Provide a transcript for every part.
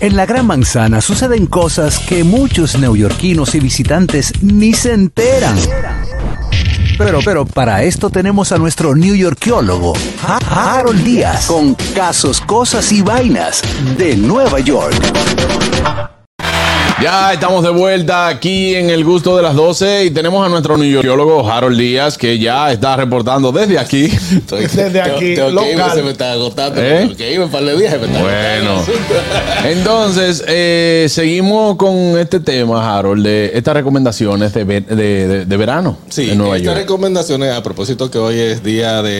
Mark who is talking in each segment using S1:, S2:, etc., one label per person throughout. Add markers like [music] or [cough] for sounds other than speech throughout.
S1: En la Gran Manzana suceden cosas que muchos neoyorquinos y visitantes ni se enteran. Pero, pero, para esto tenemos a nuestro newyorkiólogo, Harold Díaz, con casos, cosas y vainas de Nueva York.
S2: Ya estamos de vuelta aquí en el gusto de las 12 y tenemos a nuestro neoyorquiólogo Harold Díaz que ya está reportando desde aquí.
S3: Estoy- [laughs] Desde
S4: Tengo-
S3: aquí,
S4: tengo que irme,
S3: local.
S4: se me está agotando.
S2: ¿Eh?
S4: Tengo que irme un par de días. se me está agotando
S2: Bueno,
S4: el asunto.
S2: [laughs] entonces eh, seguimos con este tema, Harold, de estas recomendaciones de, ve- de- de- de verano
S4: Sí,
S2: en Nueva
S4: estas
S2: York.
S4: recomendaciones, a propósito que hoy es día de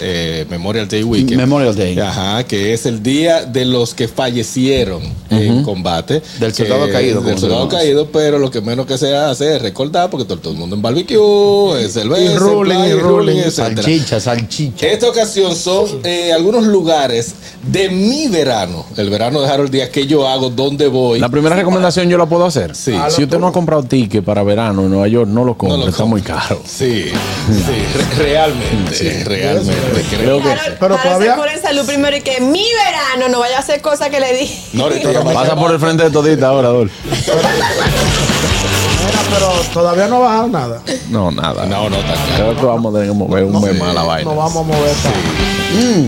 S4: eh, Memorial Day Weekend.
S3: Memorial Day.
S4: Ajá, que es el día de los que fallecieron en combate.
S3: Del
S4: Que-
S3: soldado caído, como
S4: Del
S3: se
S4: soldado
S3: conoce.
S4: caído, pero lo que menos que se hace es recordar, porque todo, todo el mundo en barbecue, en cerveza, en
S3: ruling,
S4: playa,
S3: y
S4: en ruling,
S3: ruling.
S4: etcétera.
S3: Salchicha, salchicha.
S4: Esta ocasión son eh, algunos lugares de mi verano, el verano de Harold Díaz, que yo hago, dónde voy.
S2: La primera recomendación yo la puedo hacer.
S4: Sí.
S2: Si usted no ha comprado ticket para verano en Nueva York, no lo compre,
S4: lo
S2: está muy
S4: compre.
S2: [laughs] caro.
S4: Sí, sí, re- realmente, realmente. Creo que
S5: Harold,
S3: Pero
S5: Harold se
S3: todavía-
S5: cura en salud primero y que mi verano no vaya a hacer cosas que le dije.
S4: No, ahorita ya me-
S2: Pasa por el frente de Todita ahora, Dol.
S3: Mira, pero todavía no ha bajado nada.
S2: No, nada.
S4: No, no, está claro.
S2: Creo que vamos a tener que mover un mes más la vaina.
S3: No vamos a mover tanto.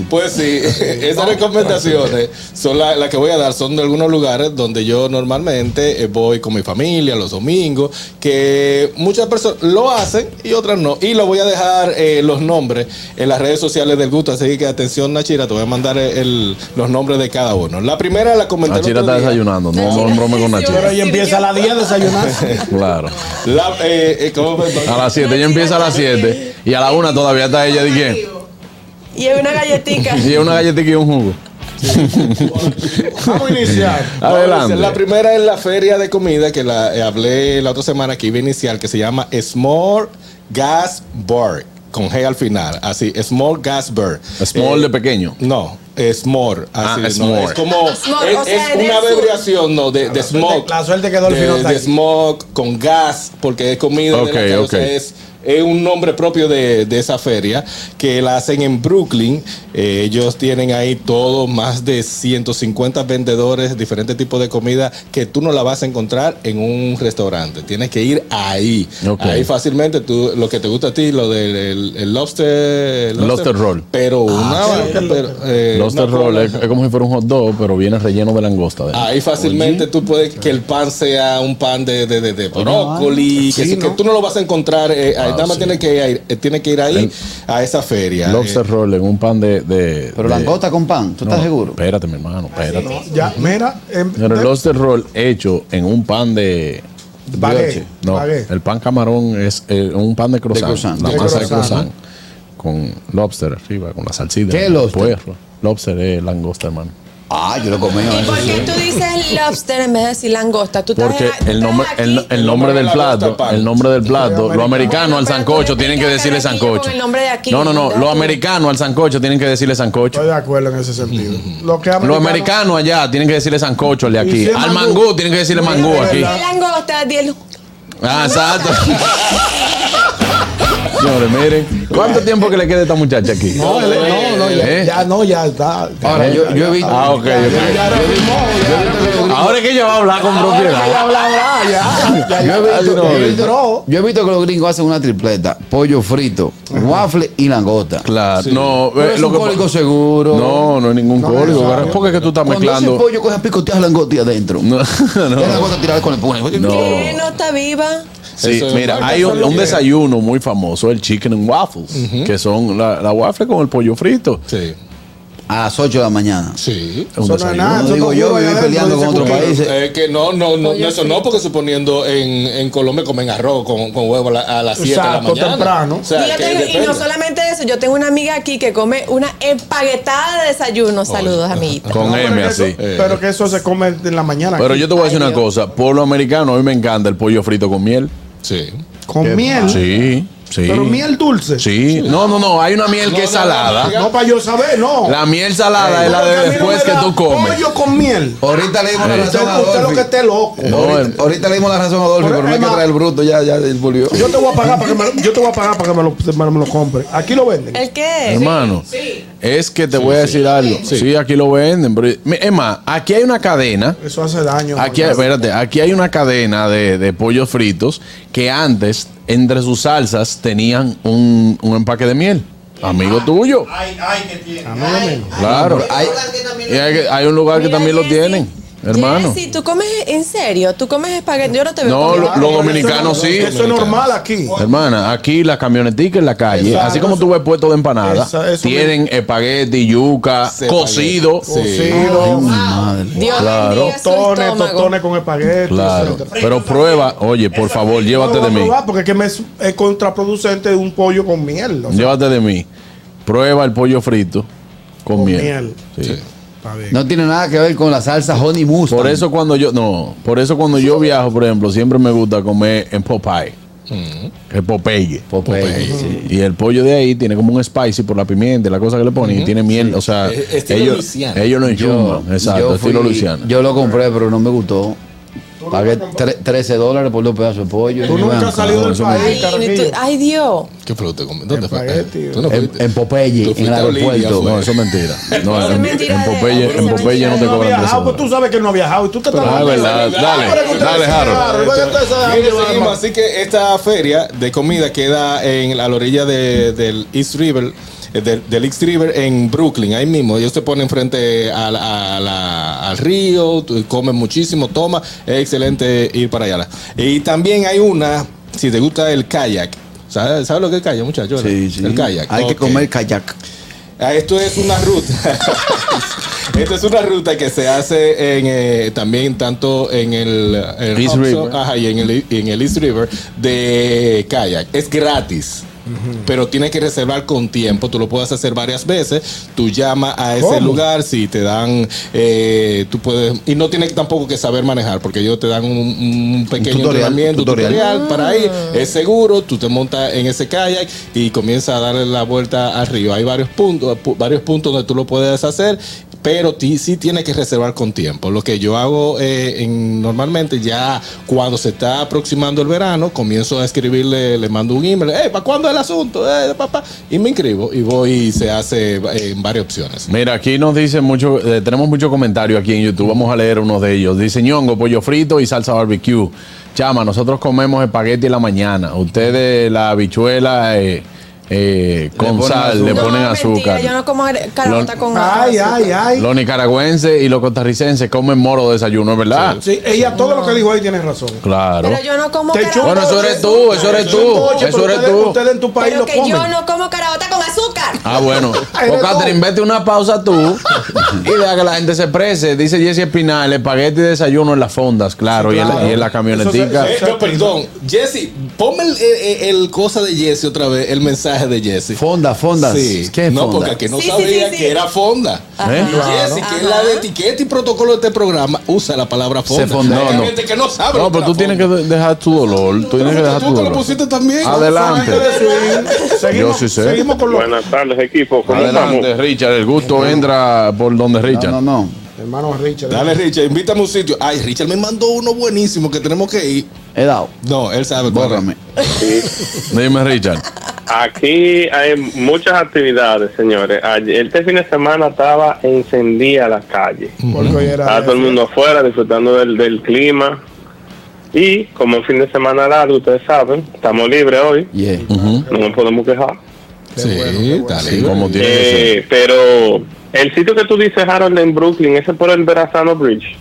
S4: Pues [laughs] sí, esas recomendaciones son la- las que voy a dar, son de algunos lugares donde yo normalmente eh, voy con mi familia los domingos, que muchas personas lo hacen y otras no. Y lo voy a dejar eh, los nombres en las redes sociales del gusto, así que atención Nachira, te voy a mandar eh, el- los nombres de cada uno. La primera la comenté. el
S2: Nachira
S4: otro
S2: está
S4: día.
S2: desayunando, no, no
S5: Nachira.
S2: brome con
S3: Pero
S2: Nachira.
S3: ella empieza a las 10 a desayunar.
S2: [laughs] Claro.
S4: La- eh, eh, ¿cómo fue?
S2: A las 7, ella empieza a las 7 y a la 1 todavía está ella de quién.
S5: Y es
S2: [laughs]
S5: una galletita.
S2: Y es una galletita y un jugo.
S3: Vamos a iniciar.
S4: [laughs] Vamos a
S2: Adelante.
S4: iniciar. La primera es la feria de comida que la eh, hablé la otra semana que iba a iniciar, que se llama Small Gas Bar, con G al final. Así, Small Gas Bar.
S2: Small
S4: Eh,
S2: de pequeño.
S4: No, S'more. Así,
S2: Ah,
S4: no,
S2: s'more.
S4: Es como.
S5: S'more,
S4: es
S5: o sea,
S4: es
S5: del
S4: una
S5: sur.
S4: abreviación, no,
S2: Ah,
S4: de, de smoke.
S3: La suerte que Dolphy
S4: de,
S3: no está
S4: de
S3: aquí.
S4: smoke con gas, porque es comida. de la
S2: Ok,
S4: calle, o sea,
S2: ok.
S4: es, es un nombre propio de, de esa feria que la hacen en Brooklyn. Eh, ellos tienen ahí todo, más de 150 vendedores, diferentes tipos de comida que tú no la vas a encontrar en un restaurante. Tienes que ir ahí.
S2: Ok.
S4: Ahí fácilmente tú, lo que te gusta a ti, lo del el- el lobster, el
S2: Lobster roll. Ah,
S4: Pero una vaina, pero, eh,
S2: Lobster
S4: una
S2: roll
S4: cosa-
S2: es, es como si fuera un hot dog, pero viene relleno de langosta. ¿verdad?
S4: Ahí fácilmente tú puedes que el pan sea un pan de, de, de, de brócoli, que,
S3: Sí,
S4: sí, que
S3: ¿no? Ah,
S4: tú no lo vas a encontrar. eh, ahí nada más
S2: sí.
S4: tienes que ir, eh, tienes que ir ahí
S2: El-
S4: a esa feria. eh.
S2: Lobster roll en un pan de. de
S6: Pero
S2: de-
S6: langosta con pan, ¿tú estás
S2: No,
S6: seguro?
S2: Espérate, mi hermano, espérate.
S3: Ya, mira. em-
S2: Pero el lobster roll hecho en un pan de.
S3: Bagué,
S2: No,
S3: bagué.
S2: el pan camarón es eh, un pan de croissant.
S6: De croissant.
S2: La
S3: De
S2: masa de
S3: croissant,
S2: croissant. Con lobster arriba, con la salsita.
S6: ¿Qué
S2: el
S6: lobster?
S2: puerro. Lobster es langosta, hermano.
S6: Ah, yo lo comí.
S5: ¿Y por qué tú dices lobster en vez de decir langosta? ¿Tú estás
S2: Porque
S5: en- tú
S2: el
S5: estás
S2: nombre,
S5: aquí?
S2: el, el nombre del plato, el nombre del plato, los americanos al
S5: Pero
S2: sancocho
S5: tú le
S2: tienen que
S5: tienes que
S2: decirle
S5: dar aquí
S2: sancocho.
S5: con el nombre de aquí,
S2: No, no, no,
S5: ¿verdad?
S2: los americanos al sancocho tienen que decirle sancocho.
S3: Estoy de acuerdo en ese sentido. Lo que
S2: Los americanos allá tienen que decirle sancocho al de
S3: Y
S2: aquí.
S3: si es
S2: Al
S3: mangú.
S2: mangú tienen que decirle mangú
S3: es
S2: aquí.
S5: Di langosta, di el-
S2: Ah, exacto. Señores, miren, ¿cuánto tiempo que le queda a esta muchacha aquí?
S3: No, él- no, no, ya,
S2: ¿Eh?
S3: ya no, ya está.
S6: Ahora, yo, yo he visto.
S2: Ah, ok,
S3: Ya,
S2: ok.
S3: ya revisó, ya-
S2: Ahora es que ella va a hablar con
S3: Ya
S2: propiedad.
S3: bla, bla, ya. Ya,
S6: Yo he
S3: ya,
S6: visto-
S3: ya
S6: yo he
S3: entró.
S6: visto- yo he visto que los gringos hacen una tripleta: pollo frito, waffle y langosta.
S2: Claro, no,
S6: Pero
S2: eh,
S6: es
S2: lo
S6: un
S2: que-
S6: cólico seguro.
S2: No, no hay ningún
S3: No
S2: código.
S3: necesario.
S2: ¿verdad? ¿Por qué es que tú estás
S6: Cuando
S2: mezclando?
S6: ese pollo coge a picotear langosta y adentro.
S2: No,
S6: Es
S2: no.
S6: langosta tirada con el puño.
S2: No.
S5: ¿Qué? ¿No está viva?
S2: Sí,
S4: Eso es
S2: mira,
S4: bueno.
S2: hay un,
S4: Eso
S2: un
S4: es
S2: desayuno muy famoso, el chicken and waffles, que son la, la waffle con el pollo frito.
S4: Sí,
S6: A las 8 de la mañana.
S4: sí.
S2: Es un
S3: Eso no es
S2: desayuno.
S3: nada.
S6: No
S3: eso
S6: digo
S3: está
S6: yo,
S3: muy
S6: viví
S3: bien,
S6: peleando
S3: dice
S6: con otro
S3: Cuquillo.
S6: país.
S4: Eh, que no, no, no, no, eso no, porque suponiendo en, en Colombia comen arroz con, con huevo a, la- a las 7 de la
S3: Exacto,
S4: mañana.
S3: temprano.
S4: O sea,
S5: Y yo
S4: que
S5: tengo- y
S4: depende.
S5: no solamente eso, yo tengo una amiga aquí que come una empaguetada de desayuno. Saludos, amiguita.
S2: Con
S3: No, pero
S2: M
S3: que eso- Eh.
S2: así.
S3: Pero que eso se come en la mañana.
S2: Pero
S3: aquí.
S2: yo te voy a
S5: Ay,
S2: decir una
S5: Dios.
S2: cosa, por lo americano a mí me encanta el pollo frito con miel.
S4: Sí.
S3: Con miel.
S2: Sí. Sí.
S3: Pero miel dulce.
S2: Sí. No, no, no. Hay una miel
S4: No,
S2: que es
S4: no, no,
S2: salada.
S4: no,
S3: No para yo saber, no.
S2: La miel salada
S3: Porque
S2: es la
S3: a mí
S2: de
S3: no
S2: después
S3: me
S2: que
S3: da
S2: tú comes.
S3: Pollo con miel.
S6: Ahorita le dimos la
S3: Usted,
S6: razón a
S3: usted lo que
S6: Dolphy.
S3: esté loco.
S2: No, el-
S6: Ahorita, ahorita le dimos la razón a Dolphy,
S3: Por-
S6: pero no hay que
S3: Emma-
S6: traer el bruto, ya, ya él volvió.
S3: Yo te voy a pagar para que me lo, yo te voy a pagar para que me lo, me lo- me lo compre. Aquí lo venden.
S5: ¿El qué?
S2: Hermano, es que te voy a decir algo. Sí. aquí lo venden. Pero, Mi- Emma, aquí hay una cadena.
S3: Eso hace daño.
S2: Aquí, hay-
S3: Porque-
S2: espérate, aquí hay una cadena de, de pollos fritos que antes, entre sus salsas, tenían un, un empaque de miel. Amigo tuyo.
S7: Ay, ay, Ah, que tiene.
S3: Ay,
S2: Claro.
S7: Hay un lugar que también
S2: Y
S7: lo
S2: hay,
S7: tiene.
S2: que- hay un lugar que
S5: Mira,
S2: también lo
S5: Jessy,
S2: tienen, hermano.
S5: Jessy, tú comes en serio, tú comes espagueti. Yo no te veo.
S2: No,
S5: comiendo.
S2: lo- los dominicanos
S3: eso,
S2: sí.
S3: Eso es normal aquí.
S2: Hermana, aquí las camioneticas en la calle,
S3: Exacto.
S2: así como tú ves puesto de empanada,
S3: Eso- eso
S2: tienen espagueti, yuca,
S4: Espagueti.
S2: cocido.
S3: Cocido,
S5: Dios
S2: Claro.
S5: bendiga su
S3: tostones,
S5: estómago.
S3: tostones con espagueti.
S2: Claro.
S3: etcétera.
S2: Pero prueba, oye, por favor,
S3: No lo
S2: llévate
S3: voy
S2: de
S3: a
S2: mí.
S3: probar Porque es que me es, es contraproducente un pollo con miel. o sea,
S2: Llévate de mí. Prueba el pollo frito con,
S3: Con
S2: miel.
S3: miel.
S2: Sí.
S3: está bien.
S6: No tiene nada que ver con la salsa honey mustard.
S2: Por eso cuando yo, no, por eso cuando yo viajo, por ejemplo, siempre me gusta comer en Popeye. El Popeye.
S6: Mm. Popeye, sí.
S2: Y el pollo de ahí tiene como un spicy por la pimienta, y la cosa que le ponen, y tiene miel, o sea,
S4: Eh, estilo
S2: ellos,
S4: Luisiana.
S2: ellos no
S6: Yo,
S2: enchuman, exacto,
S6: yo
S2: estilo
S6: fui-
S2: Luisiana.
S6: Yo lo compré, pero no me gustó. Pagué tre- 13 dólares por dos pedazos de pollo. "Ah,
S3: Tú
S6: Y
S3: nunca
S6: bueno,
S3: has salido del
S2: eso
S3: país,
S5: Ay,
S3: carajillo.
S5: tú- ay, Dios.
S4: ¿Qué fue lo que te comí? ¿Dónde
S3: Espagueti,
S4: fue? Tú no
S6: En,
S4: fuiste.
S6: en Popeye,
S4: Tú
S6: en el
S4: fuiste a Olivia,
S6: aeropuerto.
S4: fue.
S2: No, eso es
S5: [laughs]
S2: mentira. No,
S5: Eso es
S2: en,
S5: mentira
S2: en
S5: de-
S2: Popeye, en
S5: eso es
S2: Popeye no te
S5: mentira.
S3: No ha
S2: cobran tres
S3: viajado, pues
S2: dólares.
S3: tú sabes que él no ha viajado. Y tú te estás
S2: Ah, es
S3: dando-
S2: verdad. Dale,
S3: Ahora que usted
S2: dale,
S3: dice,
S2: Harold.
S3: claro, ¿por qué usted se da-
S4: Mire,
S3: lleva
S4: seguimos.
S3: más?
S4: Así que esta feria de comida queda en la a la orilla de- del East River, eh, del, del East River en Brooklyn, ahí mismo. Ellos se ponen frente a la- a la- al río, tú- comen muchísimo, toma. Es excelente ir para allá. Y también hay una, si te gusta el kayak. ¿Sabes sabe lo que es kayak, muchachos?
S6: Sí, sí.
S4: El kayak.
S6: Hay que
S4: Ok.
S6: comer kayak.
S4: Ah, Esto es una ruta. [laughs] Esta es una ruta que se hace en, eh, también tanto en el, el
S2: East
S4: Hudson,
S2: River.
S4: ajá, y en el, y en el East River de kayak. Es gratis. Pero tienes que reservar con tiempo. Tú lo puedes hacer varias veces. Tú llamas a ese
S3: ¿Cómo?
S4: lugar. Si te dan. eh, tú puedes. Y no tienes tampoco que saber manejar. Porque ellos te dan un, un pequeño
S6: tutorial,
S4: entrenamiento, un
S6: tutorial.
S4: tutorial al- para ahí. Es seguro, tú te montas en ese kayak y comienzas a darle la vuelta al río. Hay varios puntos, pu- varios puntos donde tú lo puedes hacer, pero ti- sí tienes que reservar con tiempo. Lo que yo hago eh, en- normalmente ya cuando se está aproximando el verano, comienzo a escribirle, le mando un email, ¿para cuándo el asunto? Eh, pa, pa", Y me inscribo y voy y se hace eh, en varias opciones.
S2: Mira, aquí nos dicen mucho, eh, tenemos muchos comentarios aquí en YouTube, vamos a leer unos de ellos. Dice ñongo, pollo frito y salsa barbecue. Chama, nosotros comemos espagueti en la mañana. Ustedes la habichuela eh, eh, con
S6: ponen
S2: sal, le
S5: No,
S2: ponen
S5: mentira,
S2: azúcar.
S5: yo no como are- carota
S2: Lo-
S5: con
S3: Ay,
S5: azúcar.
S3: ay, ay.
S2: Los nicaragüenses y los costarricenses comen moro de desayuno, ¿es ¿verdad?
S3: Sí, ella todo lo que dijo ahí tiene razón.
S2: Claro.
S5: Pero yo no como
S3: Te
S5: carota.
S3: chupo,
S2: Bueno, eso eres tú, eso eres tú,
S3: Oye, pero
S2: eso eres
S3: ustedes-
S2: tú.
S3: Ustedes en tu país
S5: Pero
S3: lo
S5: que yo
S3: comen.
S5: no como carota con azúcar.
S2: Ah,
S5: [laughs]
S2: bueno.
S3: Eres
S2: O Catherine,
S3: tú.
S2: vete una pausa tú y deja que la gente se prese. Dice Jesse Espinal, espagueti de desayuno en las fondas, claro,
S3: Sí,
S2: y en la-
S3: claro.
S2: y en la camionetica.
S3: Eso
S4: Eh, no, perdón, Jesse, ponme el, el- el cosa de Jesse otra vez, el mensaje de Jesse.
S6: Fonda, fonda.
S4: Sí,
S6: ¿Qué es
S4: no,
S6: fonda?
S4: porque que no
S5: Sí, sí,
S4: sabía
S5: sí, sí.
S4: que era fonda.
S5: Ajá.
S2: ¿Eh?
S4: Y Jessy, que es la de etiqueta y protocolo de este programa, usa la palabra fonda.
S6: Se fondeó,
S4: Hay
S2: no.
S4: gente que Ah, no sabe.
S2: No, pero tú tienes que de- dejar tu dolor. Tú tienes que dejar tu
S4: Tú te lo
S2: dolor.
S4: pusiste también.
S2: Adelante.
S3: Seguimos,
S2: sí sé.
S3: seguimos con los
S8: Buenas tardes, equipo. ¿Cómo
S2: Adelante, Richard. El gusto entra por donde Richard.
S6: No, no, no.
S3: hermanos Richard.
S4: Dale, Richard, invítame a un sitio. Ay, Richard me mandó uno buenísimo que tenemos que ir.
S6: He dado.
S4: No, él sabe. cuál es.
S6: Bórrame.
S2: Dime, Richard.
S8: Aquí hay muchas actividades, señores. Ayer, este fin de semana estaba encendida la calle.
S3: eh, Porque hoy era-
S8: Estaba todo el mundo afuera disfrutando del, del clima. Y como es fin de semana largo, ustedes saben, estamos libres hoy.
S6: Yeah.
S8: No nos podemos quejar.
S4: Sí, dale.
S2: Sí, como ¿Mm? tiene que ser.
S8: Eh, pero el sitio que tú dices, Harold, en Brooklyn, ese es por el Verasano Bridge.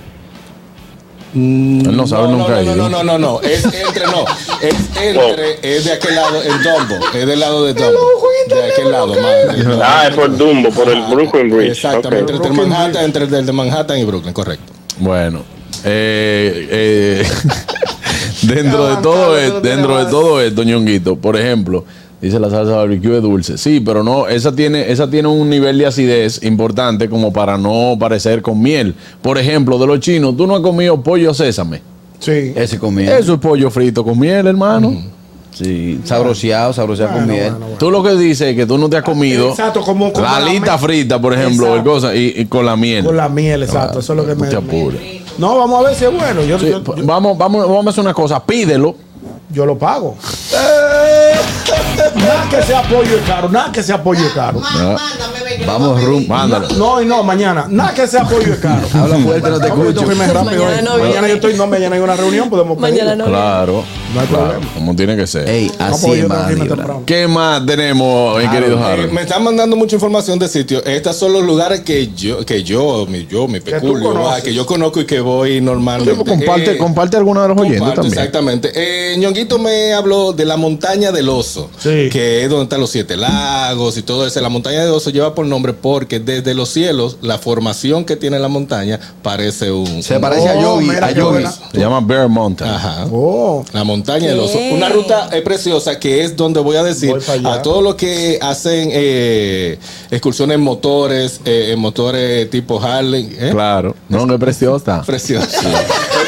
S2: Él no sabe, nunca ha
S4: no,
S2: ido.
S4: no, no, no, no. Es entre, no. Es entre, es de aquel lado, el Dumbo. Es del lado de Dumbo. De aquel lado, man.
S8: Ah, es por Dumbo, por
S2: ah,
S8: el Brooklyn Bridge.
S4: Ah, Exactamente,
S8: Ok.
S4: entre el de Manhattan, entre el de Manhattan y Brooklyn, correcto.
S2: Bueno, eh, eh, [laughs] dentro de todo esto, dentro de todo esto, ñonguito, por ejemplo, dice la salsa barbecue es dulce. Sí, pero no, esa tiene, esa tiene un nivel de acidez importante como para no parecer con miel. Por ejemplo, de los chinos, tú no has comido pollo sésame.
S3: Sí.
S6: Ese comía.
S2: Eso es pollo frito con miel, hermano. Sí.
S6: Sabroseado, sabroseado
S3: Bueno,
S6: con miel.
S3: bueno, bueno.
S2: Tú lo que dices es que tú no te has comido
S3: Exacto, como- como
S2: la
S3: la
S2: alita
S3: me-
S2: frita, por ejemplo,
S3: Exacto.
S2: y, cosas, y, y con la miel.
S3: Con la miel, exacto. Eso es lo que me.
S2: Mucha pura.
S3: No, vamos a ver si es bueno. Yo,
S2: Sí, pues,
S3: yo-
S2: pa-
S3: yo-
S2: vamos, vamos, vamos a hacer una cosa, pídelo.
S3: yo lo pago. Eh, [laughs] nada que sea pollo es caro, nada que sea pollo es caro.
S6: Vamos rumbo.
S2: Mándalo.
S3: No, y no, mañana. Nada que sea pollo es caro.
S6: Habla fuerte, no te
S3: Hombre, yo tengo
S6: escucho.
S3: que irme rápido
S5: Mañana
S3: hoy.
S5: no viene.
S3: Mañana yo estoy, no, mañana hay una reunión, podemos
S5: Mañana
S3: pedirlo.
S5: no.
S2: Claro,
S3: No hay
S2: claro,
S3: problema.
S2: como tiene que ser.
S6: Ey,
S3: No,
S6: así
S3: porque yo tengo
S6: es más
S3: que irme
S6: vibra.
S3: temprano.
S2: ¿Qué más tenemos, mi querido
S4: Eh,
S2: Harold?
S4: me están mandando mucha información de sitio. Estos son los lugares que yo, que yo, mi, yo, mi
S3: tú
S4: peculio,
S3: conoces.
S4: ah, que yo conozco y que voy normalmente.
S3: pues,
S4: Eh,
S2: alguno de los
S4: comparto, Exactamente. Eh, Ñonguito me habló de la montaña del oso,
S3: Sí.
S4: que es donde están los siete lagos y todo eso. La montaña del oso lleva por nombre porque desde los cielos la formación que tiene la montaña parece un...
S6: Se
S4: un-
S6: parece a
S3: Oh,
S6: Yogi,
S3: mira
S6: a
S3: qué
S6: Yogi.
S3: buena.
S2: Se llama Bear Mountain.
S4: Ajá.
S3: Oh,
S4: La montaña del oso.
S5: ¿Qué?
S4: Una ruta eh, preciosa que es donde voy a decir
S3: Voy pa' allá.
S4: a todos los que hacen eh, excursiones en motores, eh, en motores tipo Harley. ¿eh?
S2: Claro. No, que
S3: Ah.
S4: [laughs]
S2: preciosa.
S4: Preciosa.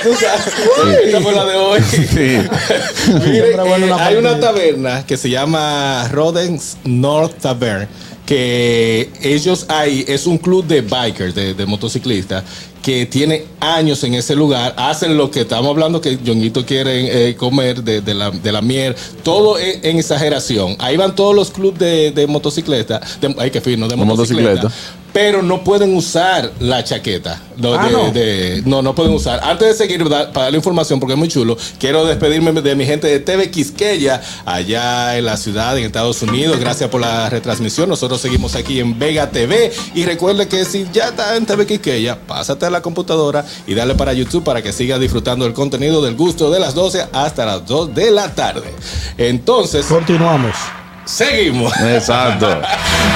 S4: Tú sabes, ah, Esta fue la de hoy. [laughs]
S2: Sí.
S4: Miren,
S3: Siempre bueno
S4: eh,
S3: una
S4: hay una
S3: partida.
S4: taberna que se llama Rodens North Tavern, que ellos hay, es un club de bikers, de, de motociclistas, que tiene años en ese lugar, hacen lo que estamos hablando que Jonguito quiere eh, comer de, de la, de la miel, todo e- en, exageración. Ahí van todos los clubs de, de motocicletas, de- ay que fino, de
S2: De motocicleta.
S4: motocicletas, pero no pueden usar la chaqueta. Lo
S3: Ah,
S4: de-
S3: no.
S4: de- eh, no, no pueden usar. Antes de seguir da- para darle información, porque es muy chulo, quiero despedirme de mi gente de TV Quisqueya, allá en la ciudad, en Estados Unidos. Gracias por la retransmisión. Nosotros seguimos aquí en Vega TV. Y recuerde que si ya está en TV Quisqueya, pásate a la computadora y dale para YouTube para que siga disfrutando del contenido del gusto de las 12 hasta las 2 de la tarde. Entonces,
S3: continuamos.
S4: seguimos.
S2: Exacto.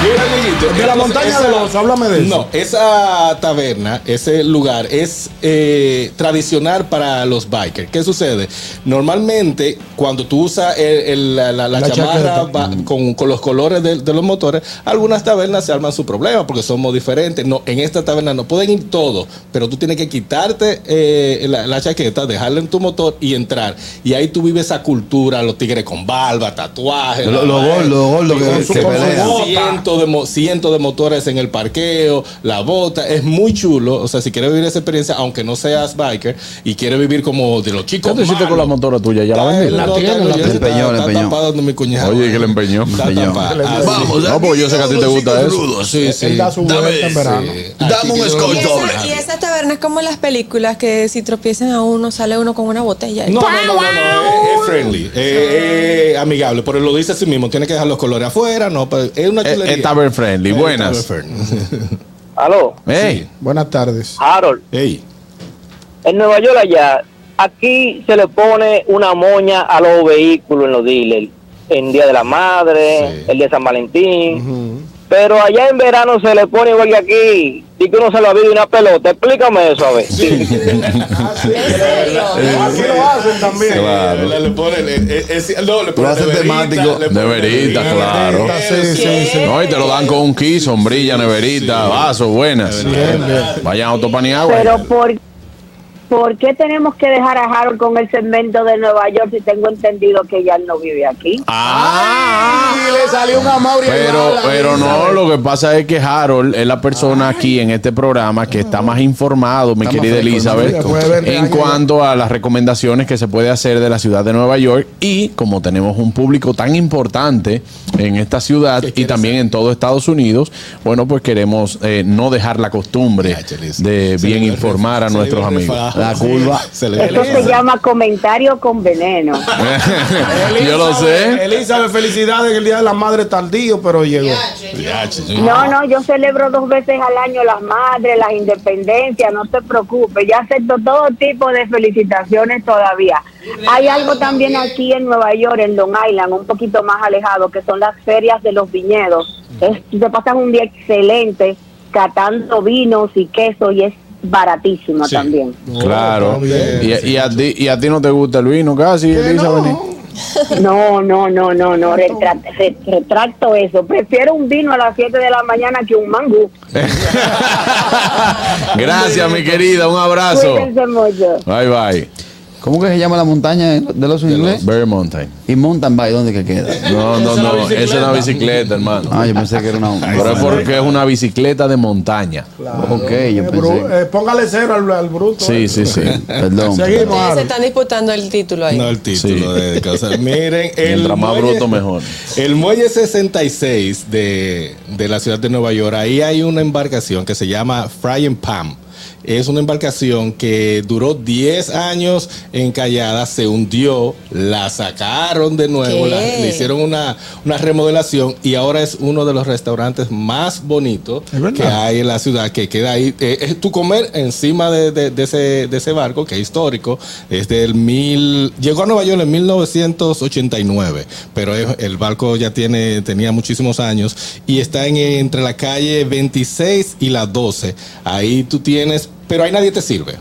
S4: Mira, amiguito,
S3: De la montaña
S4: esa-
S3: del oso, háblame de eso.
S4: No, esa taberna, ese lugar es eh, tradicional para los bikers. ¿Qué sucede? Normalmente, cuando tú usas el- el- la, la- la
S3: La
S4: chamarra
S3: chaqueta. Mm.
S4: va- con, con los colores de, de los motores, algunas tabernas se arman su problema porque somos diferentes. No, en esta taberna no pueden ir todos, pero tú tienes que quitarte eh, la, la chaqueta, dejarla en tu motor y entrar. Y ahí tú vives esa cultura, los tigres con barba, tatuajes.
S6: Lo- Los gordos, los gordos que
S3: Con su-
S6: se
S3: con su
S6: pelean.
S3: voz.
S4: Cientos de, mo- cientos de motores en el parqueo, la bota, es muy chulo. O sea, si quieres vivir esa experiencia, aunque no seas biker y quieres vivir como de los chicos.
S2: ¿Qué te hiciste
S4: malos,
S2: con la motora tuya? ¿Ya la
S4: está-
S2: vendiste?
S4: no,
S3: tiene,
S4: está-
S3: la
S4: ya
S6: tiene.
S4: está-
S6: Empeñó, la
S4: está
S6: empeñó.
S4: tapado donde mi cuñado.
S2: Oye, que le empeñó.
S4: Está
S2: Empeñó.
S4: tapado.
S3: Ah,
S4: Así.
S7: Vamos,
S2: No, pues yo sé que a ti te gusta eso.
S4: Sí, sí.
S3: eh. Él da su
S7: Dame
S3: vuelta en
S7: ese.
S3: verano.
S4: Sí.
S7: Dame un
S4: Aquí
S7: escort
S5: Y
S4: tiene una-
S7: doble.
S5: esa, y esa taberna es como las películas que si tropiezan a uno, sale uno con una botella. y
S4: No,
S5: ¡pam!
S4: no, no, no, no, es, es friendly, es amigable, pero lo dice a sí mismo, tiene que dejar los colores afuera, no, pero es una
S2: Es
S4: chulería.
S2: es Tavern Eh, Friendly.
S4: Es
S2: Buenas.
S4: tavern friendly.
S9: Aló,
S2: Ey.
S3: Buenas tardes.
S9: Harold,
S4: Ey,
S9: en Nueva York allá, aquí se le pone una moña a los vehículos en los dealers, en Día de la Madre,
S4: Sí.
S9: el Día de San Valentín, pero allá en verano se le pone igual que aquí, y que uno se lo vive una pelota, explícame eso a ver.
S5: ¿En serio?
S3: Así lo hacen también.
S2: Claro.
S4: Le- le ponen, eh, eh, eh, no, le ponen
S6: haces
S4: neverita,
S6: temático.
S4: le ponen
S2: Neverita,
S4: neverita,
S2: claro.
S3: Sí, sí, sí.
S2: No, y te lo dan con un kit, sombrilla, neverita, vaso, buenas. Vayan a Autopaniagua.
S10: Pero por, ¿por qué tenemos que dejar a Harold con el segmento de Nueva York si tengo entendido que ya él no vive aquí?
S2: Ah,
S3: Y le salió un amaury.
S2: pero, pero no, lo que pasa es que Harold es la persona aquí en este programa que está más informado, mi
S6: Está más
S2: querida
S6: fresco, está más
S2: Elizabeth,
S3: fresco. Después de 20
S2: en
S3: años ya.
S2: cuanto a las recomendaciones que se puede hacer de la ciudad de Nueva York y como tenemos un público tan importante en esta ciudad y también en todo Estados Unidos, bueno, pues queremos eh, no dejar la costumbre
S4: Ay, Chelis.
S2: de
S4: Se le
S2: bien
S4: iba a
S2: informar a
S4: ref- se le
S2: nuestros
S4: iba a
S2: amigos.
S4: refajar.
S6: La
S4: [laughs]
S6: curva.
S4: Se le-
S10: Eso se llama comentario con veneno.
S2: Yo lo sé.
S3: Elizabeth, felicidades que el Día de la Madre tardío, pero llegó.
S4: Ya, che, yo-
S10: No, no, yo celebro dos veces al año las madres, las independencias, no se preocupe, yo acepto todo tipo de felicitaciones todavía. Hay algo también aquí en Nueva York, en Long Island, un poquito más alejado, que son las ferias de los viñedos. Es, te pasas un día excelente catando vinos y queso y es baratísimo
S4: Sí.
S10: también.
S2: Claro.
S4: bien.
S2: Y, y a ti, y a ti no te gusta el vino casi, Elizabeth.
S10: No, no, no, no, no, retrat- re- retracto eso. Prefiero un vino a las 7 de la mañana que un mangú.
S2: Gracias, mi querida. Un abrazo.
S10: Cuídense mucho.
S2: Bye, bye.
S6: ¿Cómo que se llama la montaña de los inglés?
S2: Bear Mountain.
S6: Y mountain bike, ¿dónde que queda?
S2: No, no, no. Esa es una bicicleta, hermano.
S6: Ah, yo pensé que era una.
S2: Pero es porque es una bicicleta de montaña.
S6: Ok, yo
S3: Eh, bru-
S6: pensé.
S3: eh, póngale cero al, al bruto.
S2: Sí,
S3: eh.
S2: sí, sí.
S6: Perdón.
S3: Seguimos,
S5: Ustedes se
S3: Harold.
S5: están disputando el título ahí.
S4: No el título de descansar. Miren, el
S2: Mientras más
S4: muelle-
S2: bruto, mejor.
S4: El muelle 66 de, de la ciudad de Nueva York, ahí hay una embarcación que se llama Frying Pan. Es una embarcación que duró 10 años encallada, se hundió, la sacaron de nuevo,
S5: ¿Qué?
S4: la- le hicieron una, una remodelación y ahora es uno de los restaurantes más bonitos
S3: Es verdad.
S4: que hay en la ciudad, que queda ahí. Eh, es tu comer encima de, de- de ese, de ese barco, que es histórico, es del mil. Llegó a Nueva York en 1989, pero es- el barco ya tiene tenía muchísimos años y está en, entre la calle 26 y la 12. Ahí tú tienes, pero ahí nadie te sirve.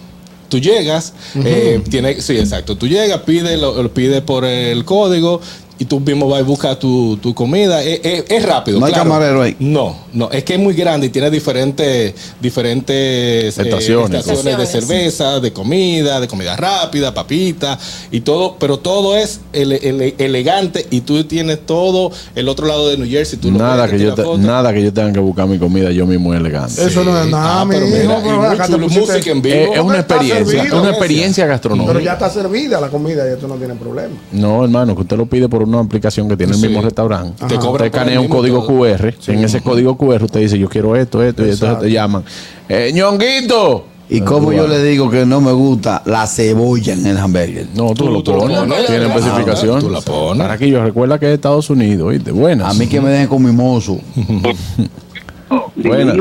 S4: Tú llegas, eh, tiene, sí, exacto. Tú llegas, pide, lo, lo pide por el código y tú mismo vas y buscas tu, tu comida. Eh, eh, es rápido.
S6: No hay
S4: claro.
S6: camarero ahí.
S4: No, no. Es que es muy grande y tiene diferentes, diferentes eh,
S2: Estaciones.
S4: estaciones de
S5: Estaciones.
S4: cerveza, de comida, de comida rápida, papita y todo. Pero todo es ele- ele- elegante y tú tienes todo el otro lado de New Jersey. Tú lo
S2: Nada
S4: puedes
S2: que, yo
S4: tirar
S2: te-
S4: fotos.
S2: nada que yo tenga que buscar mi comida yo mismo es elegante.
S3: Eso no es nada,
S4: Ah, pero
S3: mi hijo,
S4: mira,
S3: pero
S4: y mucho
S3: acá te pusiste-
S4: música en vivo.
S2: Eh, es una
S3: está
S2: experiencia,
S3: servido.
S2: una experiencia
S3: Pero ya
S2: gastronómica.
S3: está servida la comida, ya tú no tienes problema.
S2: No, hermano, que usted lo pide por una aplicación que tiene el
S4: Sí.
S2: mismo restaurante. Te
S4: Te cobran por
S2: usted
S4: el
S2: escanea un
S4: mismo
S2: código
S4: todo.
S2: QR. En ese código QR usted dice, yo quiero esto, esto, y entonces te llaman. ¡Eh, ñonguito!
S6: ¿Y cómo yo le digo que no me gusta la cebolla en el hamburger?
S2: No, tú, lo
S4: tú lo
S2: pones.
S4: pones.
S2: Tiene
S4: Ah,
S2: especificación.
S4: tú la pones.
S2: Para que yo recuerda que es Estados Unidos, ¿oíste? Buenas.
S6: A mí que me dejen con mi mozo.
S2: Buenas.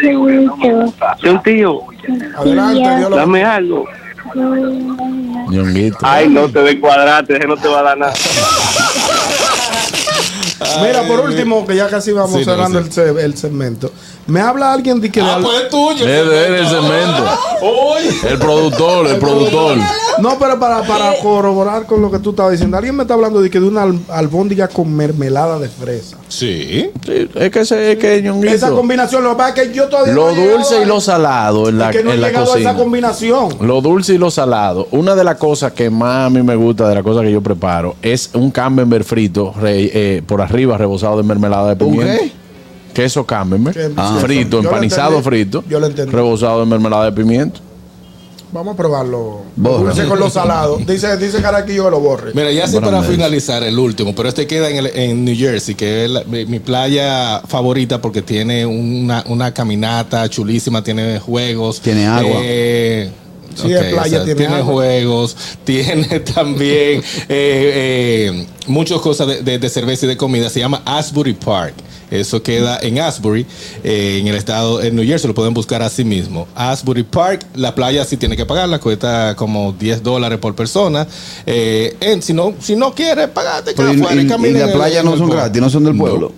S8: Soy un tío,
S3: Adelante, Dios lo
S8: dame algo.
S2: Ñonguito.
S8: Ay, no te descuadrate, ese no te va a dar nada.
S3: Mira, por último, que ya casi vamos
S4: Sí, no,
S3: cerrando
S4: sí.
S3: el, se- el segmento. Me habla alguien de que le
S4: Ah,
S3: habla-
S4: pues es tuyo.
S2: Es de él el cemento.
S4: [laughs] Oye.
S2: El productor, el productor.
S3: No, pero para, para
S4: Eh.
S3: corroborar con lo que tú estabas diciendo, alguien me está hablando de que de una al- albóndiga con mermelada de fresa.
S4: Sí.
S2: Sí, es que ese, es que Ñonguito.
S3: Esa combinación, lo que pasa es que yo todavía.
S2: Lo
S3: no he llegado
S2: dulce y
S3: a-
S2: lo salado en la,
S3: es que no he
S2: en la
S3: llegado a
S2: cocina.
S3: esa combinación.
S2: Lo dulce y lo salado. Una de las cosas que más a mí me gusta de las cosas que yo preparo es un camembert frito re- eh, por arriba rebozado de mermelada de pimienta.
S6: qué?
S2: Queso camembert
S3: Que-
S2: Ah. frito,
S3: Yo lo
S2: empanizado
S3: entendí.
S2: frito,
S3: Yo lo entendí.
S2: rebozado de mermelada de pimienta.
S3: Vamos a probarlo.
S6: Borra.
S3: Dulce con lo salado. Dice, dice Caraquillo que lo borre.
S4: Mira, ya sí
S2: Buenas
S4: para
S2: noches.
S4: finalizar el último, pero este queda en, el- en New Jersey, que es la- mi, mi playa favorita porque tiene una, una caminata chulísima, tiene juegos.
S6: Tiene agua.
S4: Eh,
S3: Sí,
S4: ok,
S3: de playa tiene agua.
S4: juegos, [laughs] tiene también eh, eh, muchas cosas de, de- de cerveza y de comida. Se llama Asbury Park. Eso queda en Asbury, eh, en el estado de New Jersey. Lo pueden buscar así mismo. Asbury Park, la playa sí tiene que pagarla, cuesta como 10 dólares por persona. Eh, en- si, no, si no quieres, pagate.
S6: Pero y, y- y la playa no son gratis, no son del
S4: No.
S6: pueblo.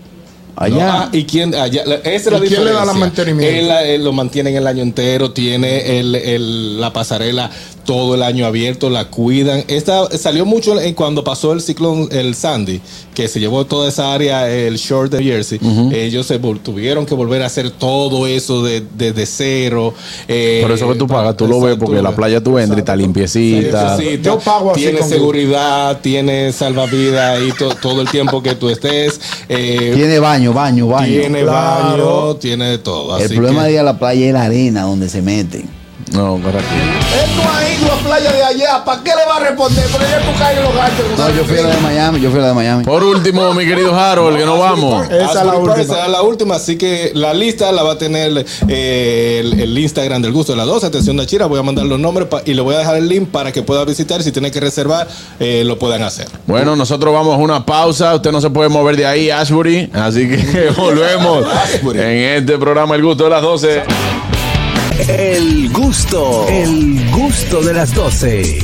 S4: Allá.
S6: Allá.
S4: Ah, ¿Y quién, allá, la- esa es la
S3: ¿Y quién le da la
S4: diferencia.
S3: mantenimiento?
S4: Él, la- él lo mantienen el año entero, tiene el, el- la pasarela todo el año abierto, la cuidan. Esta salió mucho en cuando pasó el ciclón, el Sandy, que se llevó toda esa área, el short de Jersey. Ellos se vol- tuvieron que volver a hacer todo eso de- desde cero. eh,
S2: Por eso que tú pagas, tú lo
S4: exacto,
S2: ves porque la
S4: ves.
S2: playa tú entras y está limpiecita.
S4: Sí,
S3: Yo pago así
S4: Tiene
S3: con-
S4: seguridad, tiene salvavidas y to- todo el tiempo que tú estés. eh,
S6: Tiene baño, baño, baño.
S4: tiene
S3: Claro.
S4: baño, tiene de todo.
S6: el
S4: así
S6: problema
S4: que-
S6: de ir a la playa es la arena donde se meten.
S2: No, para aquí.
S3: Esto ha ido a playa de allá. ¿Para qué le va a responder? Pero ya tú caes en los ganchos.
S6: No, yo fui a la de Miami, yo fui a la de Miami.
S2: Por último, mi querido Harold, que nos vamos.
S3: Esa es la
S4: Asbury Park
S3: última.
S4: será la última, así que la lista la va a tener eh, el, el Instagram del gusto de las 12. Atención, Nachira, voy a mandar los nombres pa- y le voy a dejar el link para que pueda visitar. Si tiene que reservar, eh, lo puedan hacer.
S2: Bueno, nosotros vamos a una pausa. Usted no se puede mover de ahí, Ashbury. Así que [laughs] volvemos
S4: Ashbury.
S2: en este programa El Gusto de las 12.
S1: El gusto, el gusto de las 12.